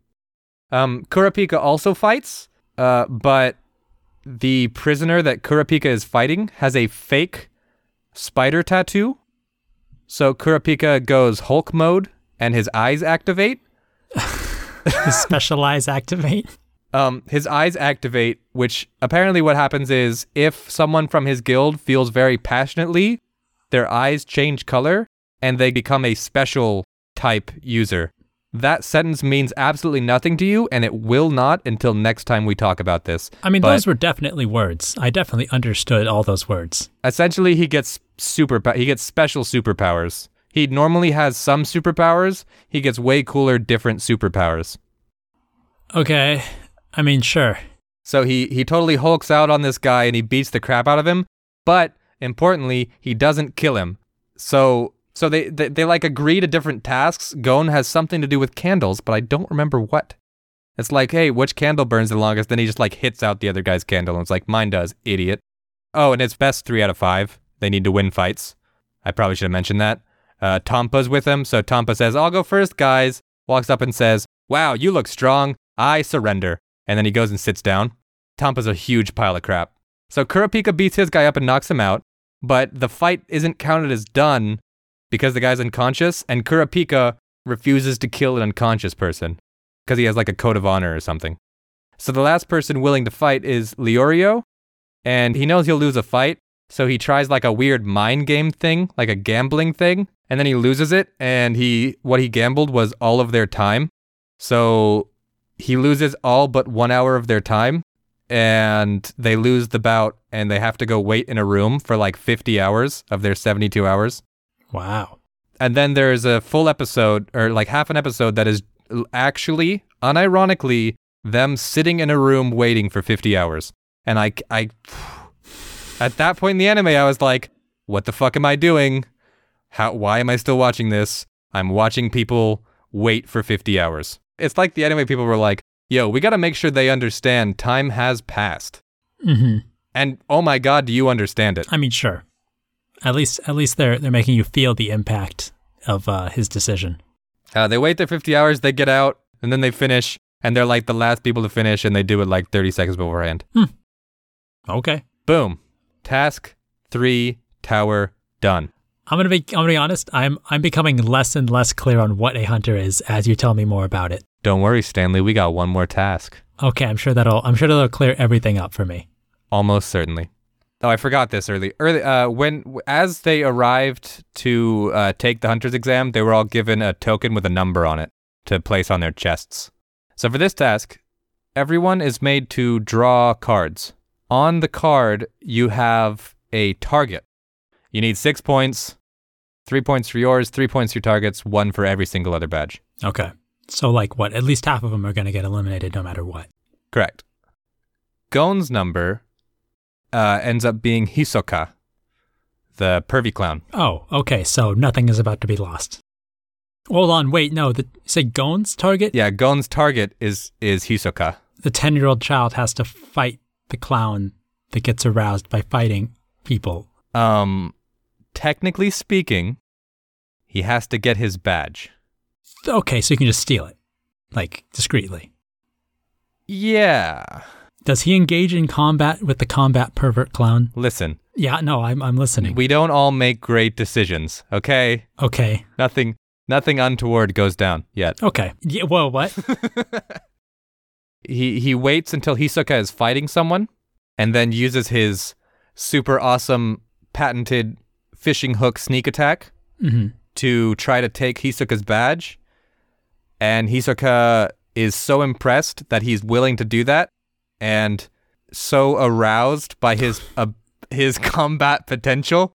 Speaker 1: Um, Kurapika also fights, uh, but the prisoner that Kurapika is fighting has a fake spider tattoo. So Kurapika goes Hulk mode and his eyes activate.
Speaker 2: His specialize activate.
Speaker 1: Um, his eyes activate, which apparently what happens is if someone from his guild feels very passionately, their eyes change color and they become a special type user. That sentence means absolutely nothing to you, and it will not until next time we talk about this.
Speaker 2: I mean,
Speaker 1: But
Speaker 2: those were definitely words. I definitely understood all those words.
Speaker 1: essentially he gets super he gets special superpowers. He normally has some superpowers. He gets way cooler, different superpowers.
Speaker 2: Okay, I mean, sure.
Speaker 1: So he he totally hulks out on this guy and he beats the crap out of him. But importantly, he doesn't kill him. So so they they, they like agree to different tasks. Gon has something to do with candles, but I don't remember what. It's like, hey, which candle burns the longest? Then he just like hits out the other guy's candle and it's like, mine does, idiot. Oh, and it's best three out of five. They need to win fights. I probably should have mentioned that. Uh, Tampa's with him, so Tampa says, I'll go first, guys. Walks up and says, Wow, you look strong. I surrender. And then he goes and sits down. Tampa's a huge pile of crap. So Kurapika beats his guy up and knocks him out, but the fight isn't counted as done because the guy's unconscious, and Kurapika refuses to kill an unconscious person because he has like a code of honor or something. So the last person willing to fight is Leorio, and he knows he'll lose a fight, so he tries like a weird mind game thing, like a gambling thing, and then he loses it, and he what he gambled was all of their time. So he loses all but one hour of their time, and they lose the bout, and they have to go wait in a room for like 50 hours of their 72 hours.
Speaker 2: Wow.
Speaker 1: And then there's a full episode, or like half an episode, that is l- actually, unironically, them sitting in a room waiting for 50 hours. And I, I, at that point in the anime, I was like, what the fuck am I doing? How, why am I still watching this? I'm watching people wait for 50 hours. It's like the anime people were like, yo, we gotta make sure they understand time has passed.
Speaker 2: hmm
Speaker 1: And oh my god, do you understand it?
Speaker 2: I mean, sure. At least, at least they're they're making you feel the impact of uh, his decision.
Speaker 1: Uh, they wait their 50 hours, they get out, and then they finish, and they're like the last people to finish, and they do it like 30 seconds beforehand.
Speaker 2: Okay.
Speaker 1: Boom. Task three, tower done.
Speaker 2: I'm gonna be I'm gonna be honest. I'm I'm becoming less and less clear on what a hunter is as you tell me more about it.
Speaker 1: Don't worry, Stanley, we got one more task.
Speaker 2: Okay, I'm sure that'll I'm sure that'll clear everything up for me.
Speaker 1: Almost certainly. Oh, I forgot this early. Early, uh, when as they arrived to uh, take the hunter's exam, they were all given a token with a number on it to place on their chests. So for this task, everyone is made to draw cards. On the card, you have a target. You need six points. Three points for yours, three points for your targets, one for every single other badge.
Speaker 2: Okay. So, like, what? At least half of them are going to get eliminated no matter what.
Speaker 1: Correct. Gon's number uh, ends up being Hisoka, the pervy clown.
Speaker 2: Oh, okay. So nothing is about to be lost. Hold on. Wait, no. The, you say Gon's target?
Speaker 1: Yeah, Gon's target is is Hisoka.
Speaker 2: The 10 year old child has to fight the clown that gets aroused by fighting people.
Speaker 1: Um, technically speaking, he has to get his badge.
Speaker 2: Okay, so you can just steal it, like, discreetly.
Speaker 1: Yeah.
Speaker 2: Does he engage in combat with the combat pervert clown?
Speaker 1: Listen,
Speaker 2: Yeah, no, I'm, I'm listening.
Speaker 1: we don't all make great decisions, okay?
Speaker 2: okay.
Speaker 1: Nothing nothing untoward goes down yet.
Speaker 2: Okay. Yeah,
Speaker 1: *laughs*
Speaker 2: whoa, what?
Speaker 1: He he waits until Hisoka is fighting someone and then uses his super awesome patented fishing hook sneak attack
Speaker 2: hmm
Speaker 1: to try to take Hisoka's badge. And Hisoka is so impressed that he's willing to do that and so aroused by his uh, his *laughs* combat potential,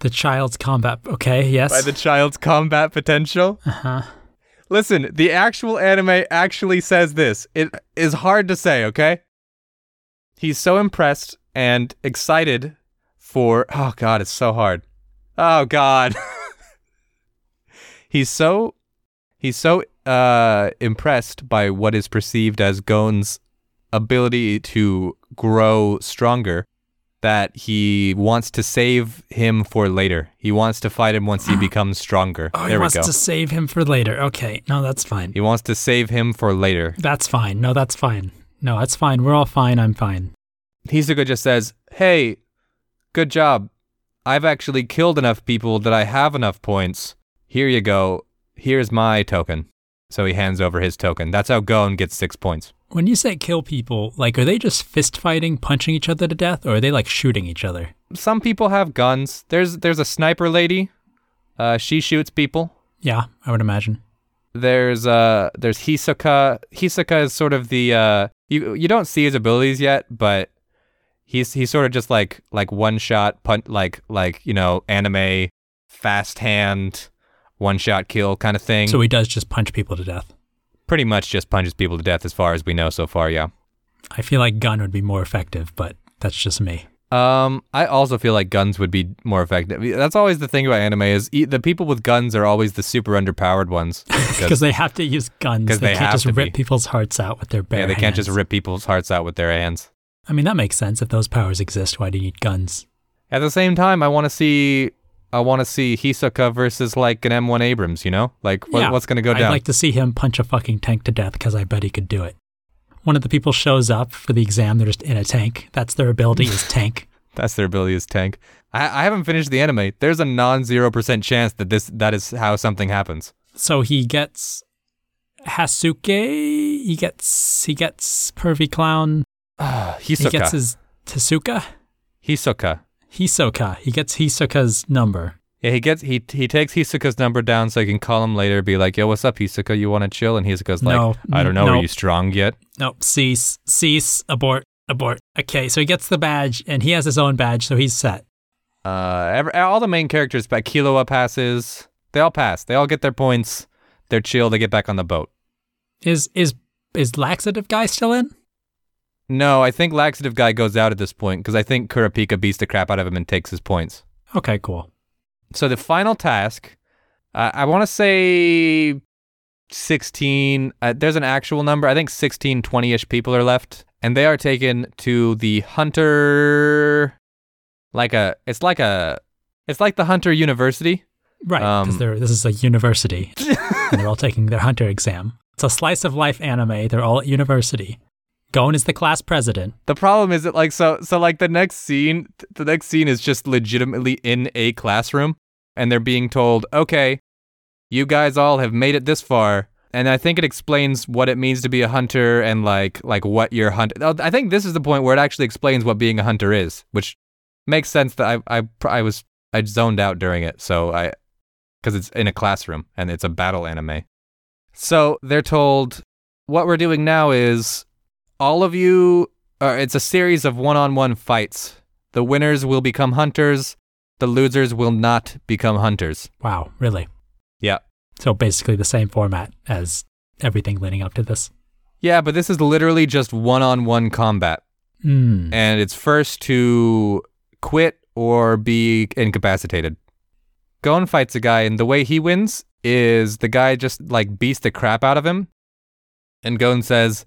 Speaker 2: The child's combat. Okay, yes.
Speaker 1: by the child's combat potential.
Speaker 2: uh-huh.
Speaker 1: Listen, the actual anime actually says this. It is hard to say, okay? He's so impressed and excited for. Oh, God, it's so hard. Oh, God. *laughs* he's so. He's so uh, impressed by what is perceived as Gon's ability to grow stronger that he wants to save him for later. He wants to fight him once
Speaker 2: *gasps*
Speaker 1: he becomes stronger.
Speaker 2: Oh,
Speaker 1: there
Speaker 2: he
Speaker 1: we
Speaker 2: wants
Speaker 1: go.
Speaker 2: to save him for later. Okay. No, that's fine.
Speaker 1: He wants to save him for later.
Speaker 2: That's fine. No, that's fine. No, that's fine. We're all fine. I'm fine.
Speaker 1: Hisoka just says, Hey, good job. I've actually killed enough people that I have enough points. Here you go. Here's my token. So he hands over his token. That's how Gon gets six points.
Speaker 2: When you say kill people, like, are they just fist fighting, punching each other to death, or are they like shooting each other?
Speaker 1: Some people have guns. There's there's a sniper lady. Uh, she shoots people.
Speaker 2: Yeah, I would imagine.
Speaker 1: There's uh there's Hisoka. Hisoka is sort of the uh you you don't see his abilities yet, but he's he's sort of just like like one shot punt like like you know anime fast hand one shot kill kind of thing.
Speaker 2: So he does just punch people to death.
Speaker 1: pretty much just punches people to death as far as we know so far. Yeah.
Speaker 2: I feel like gun would be more effective, but that's just me.
Speaker 1: Um, I also feel like guns would be more effective. That's always the thing about anime is e- the people with guns are always the super underpowered
Speaker 2: *laughs*
Speaker 1: ones
Speaker 2: Because they have to use guns.
Speaker 1: 'Cause they
Speaker 2: can't
Speaker 1: have
Speaker 2: just
Speaker 1: to
Speaker 2: rip
Speaker 1: be.
Speaker 2: people's hearts out with their bare
Speaker 1: yeah, they can't just
Speaker 2: hands.
Speaker 1: rip people's hearts out with their hands.
Speaker 2: I mean, that makes sense. If those powers exist, why do you need guns?
Speaker 1: At the same time, I want to see I want to see Hisoka versus like an M1 Abrams. You know, like what,
Speaker 2: Yeah.
Speaker 1: what's going to go
Speaker 2: I'd
Speaker 1: down?
Speaker 2: like to see him punch a fucking tank to death because I bet he could do it. One of the people shows up for the exam. They're just in a tank. That's their ability
Speaker 1: *laughs*
Speaker 2: is tank.
Speaker 1: That's their ability is tank. I, I haven't finished the anime. There's a non zero percent chance that this that is how something happens.
Speaker 2: So he gets Hasuke. He gets he gets pervy clown.
Speaker 1: Ah,
Speaker 2: He
Speaker 1: Hisoka.
Speaker 2: gets his Tasuka.
Speaker 1: Hisoka.
Speaker 2: Hisoka. He gets Hisoka's number.
Speaker 1: Yeah, he gets he he takes Hisoka's number down so he can call him later. Be like, yo, what's up, Hisoka? You want to chill? And Hisoka's like,
Speaker 2: No.
Speaker 1: I don't know.
Speaker 2: No.
Speaker 1: Are you strong yet?
Speaker 2: Nope. Cease. Cease. Abort. Abort. Okay. So he gets the badge and he has his own badge, so he's set.
Speaker 1: Uh, every, all the main characters, but Kilowa passes. They all pass. They all get their points. They're chill. They get back on the boat.
Speaker 2: Is is is laxative guy still in?
Speaker 1: No, I think laxative guy goes out at this point because I think Kurapika beats the crap out of him and takes his points.
Speaker 2: Okay. Cool.
Speaker 1: So the final task, uh, I want to say 16. Uh, there's an actual number. I think 16, 20 ish people are left, and they are taken to the hunter. Like a, it's like a, it's like the hunter university.
Speaker 2: Right, because
Speaker 1: Um,
Speaker 2: they're this is a university, and they're all taking their hunter exam. It's a slice of life anime. They're all at university. Gon is the class president.
Speaker 1: The problem is that like so so like the next scene th- the next scene is just legitimately in a classroom and they're being told, "Okay, you guys all have made it this far." And I think it explains what it means to be a hunter and like like what your hunt oh, I think this is the point where it actually explains what being a hunter is, which makes sense that I I pr- I was I zoned out during it, so I cuz it's in a classroom and it's a battle anime. So they're told what we're doing now is all of you uh, it's a series of one-on-one fights. The winners will become hunters. the losers will not become hunters.
Speaker 2: Wow, really?
Speaker 1: Yeah.
Speaker 2: So basically the same format as everything leading up to this.
Speaker 1: Yeah, but this is literally just one on one combat.
Speaker 2: Mm.
Speaker 1: And it's first to quit or be incapacitated. Gon fights a guy, and the way he wins is the guy just like beats the crap out of him. And Gon says,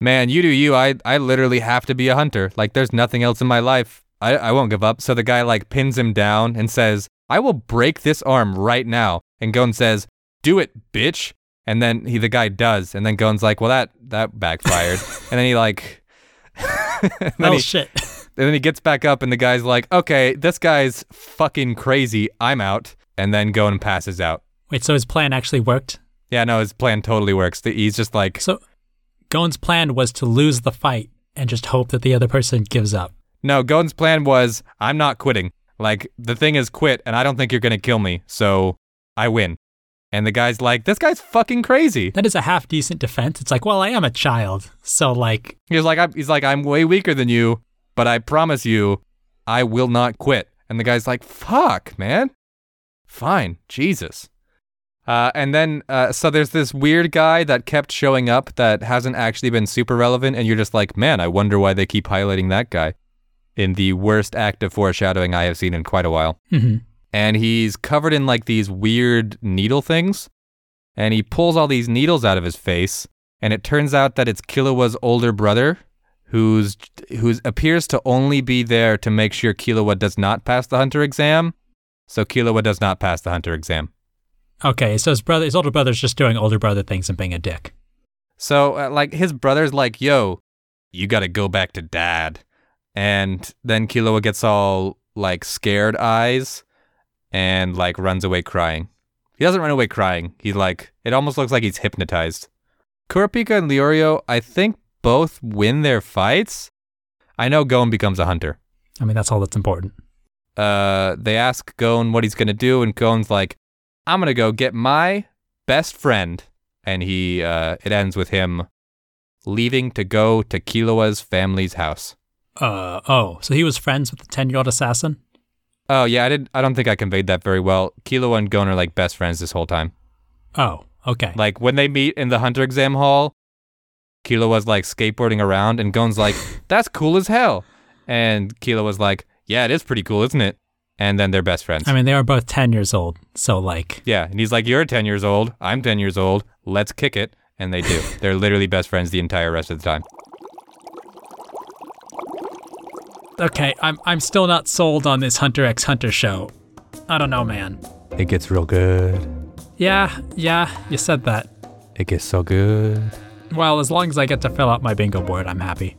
Speaker 1: Man, you do you. I, I literally have to be a hunter. Like, there's nothing else in my life. I, I won't give up. So the guy like pins him down and says, I will break this arm right now. And Gon says, Do it, bitch. And then he the guy does. And then Gon's like, Well, that, that backfired. and then he like. *laughs* and then
Speaker 2: Oh
Speaker 1: he-
Speaker 2: shit. *laughs*
Speaker 1: and then he gets back up, and the guy's like, okay, this guy's fucking crazy. I'm out. And then Gon passes out.
Speaker 2: Wait, so his plan actually worked?
Speaker 1: Yeah, no, his plan totally works. The- He's just like,
Speaker 2: So Gon's plan was to lose the fight and just hope that the other person gives up.
Speaker 1: no, Gon's plan was, I'm not quitting. Like, the thing is quit, and I don't think you're going to kill me. So I win. And the guy's like, this guy's fucking crazy.
Speaker 2: That is a half decent defense. It's like, well, I am a child. So like *laughs*
Speaker 1: He's like, I'm, he's like, I'm way weaker than you, but I promise you, I will not quit. And the guy's like, fuck, man. Fine, Jesus. Uh, and then, uh, so there's this weird guy that kept showing up that hasn't actually been super relevant, and you're just like, man, I wonder why they keep highlighting that guy in the worst act of foreshadowing I have seen in quite a while.
Speaker 2: mhm.
Speaker 1: And he's covered in like these weird needle things, and he pulls all these needles out of his face, and it turns out that it's Killua's older brother, who's who's appears to only be there to make sure Killua does not pass the hunter exam. So Killua does not pass the hunter exam.
Speaker 2: Okay, so his brother his older brother's just doing older brother things and being a dick.
Speaker 1: So uh, like his brother's like, "Yo, you got to go back to dad." And then Killua gets all like scared eyes and like runs away crying. He doesn't run away crying. He like it almost looks like he's hypnotized. Kurapika and Leorio, I think both win their fights. I know Gon becomes a hunter.
Speaker 2: I mean that's all that's important.
Speaker 1: uh, they ask Gon what he's gonna do, and Gon's like, "I'm gonna go get my best friend," and he uh, it ends with him leaving to go to Killua's family's house.
Speaker 2: Uh oh, so he was friends with the ten year old assassin?
Speaker 1: Oh yeah, I did. I don't think I conveyed that very well. Killua and Gon are like best friends this whole time.
Speaker 2: Oh, okay.
Speaker 1: Like when they meet in the hunter exam hall, Killua's like skateboarding around, and Gon's like, "That's cool as hell," and Killua's like, "Yeah, it is pretty cool, isn't it?" And then they're best friends.
Speaker 2: I mean they are both ten years old, so like
Speaker 1: Yeah, and he's like, "You're 10 years old. I'm 10 years old. Let's kick it." And they *laughs* do. They're literally best friends the entire rest of the time.
Speaker 2: okay, I'm I'm still not sold on this Hunter X Hunter show. I don't know, man.
Speaker 1: It gets real good.
Speaker 2: Yeah, yeah, you said that.
Speaker 1: It gets so good.
Speaker 2: Well, as long as I get to fill out my bingo board, I'm happy.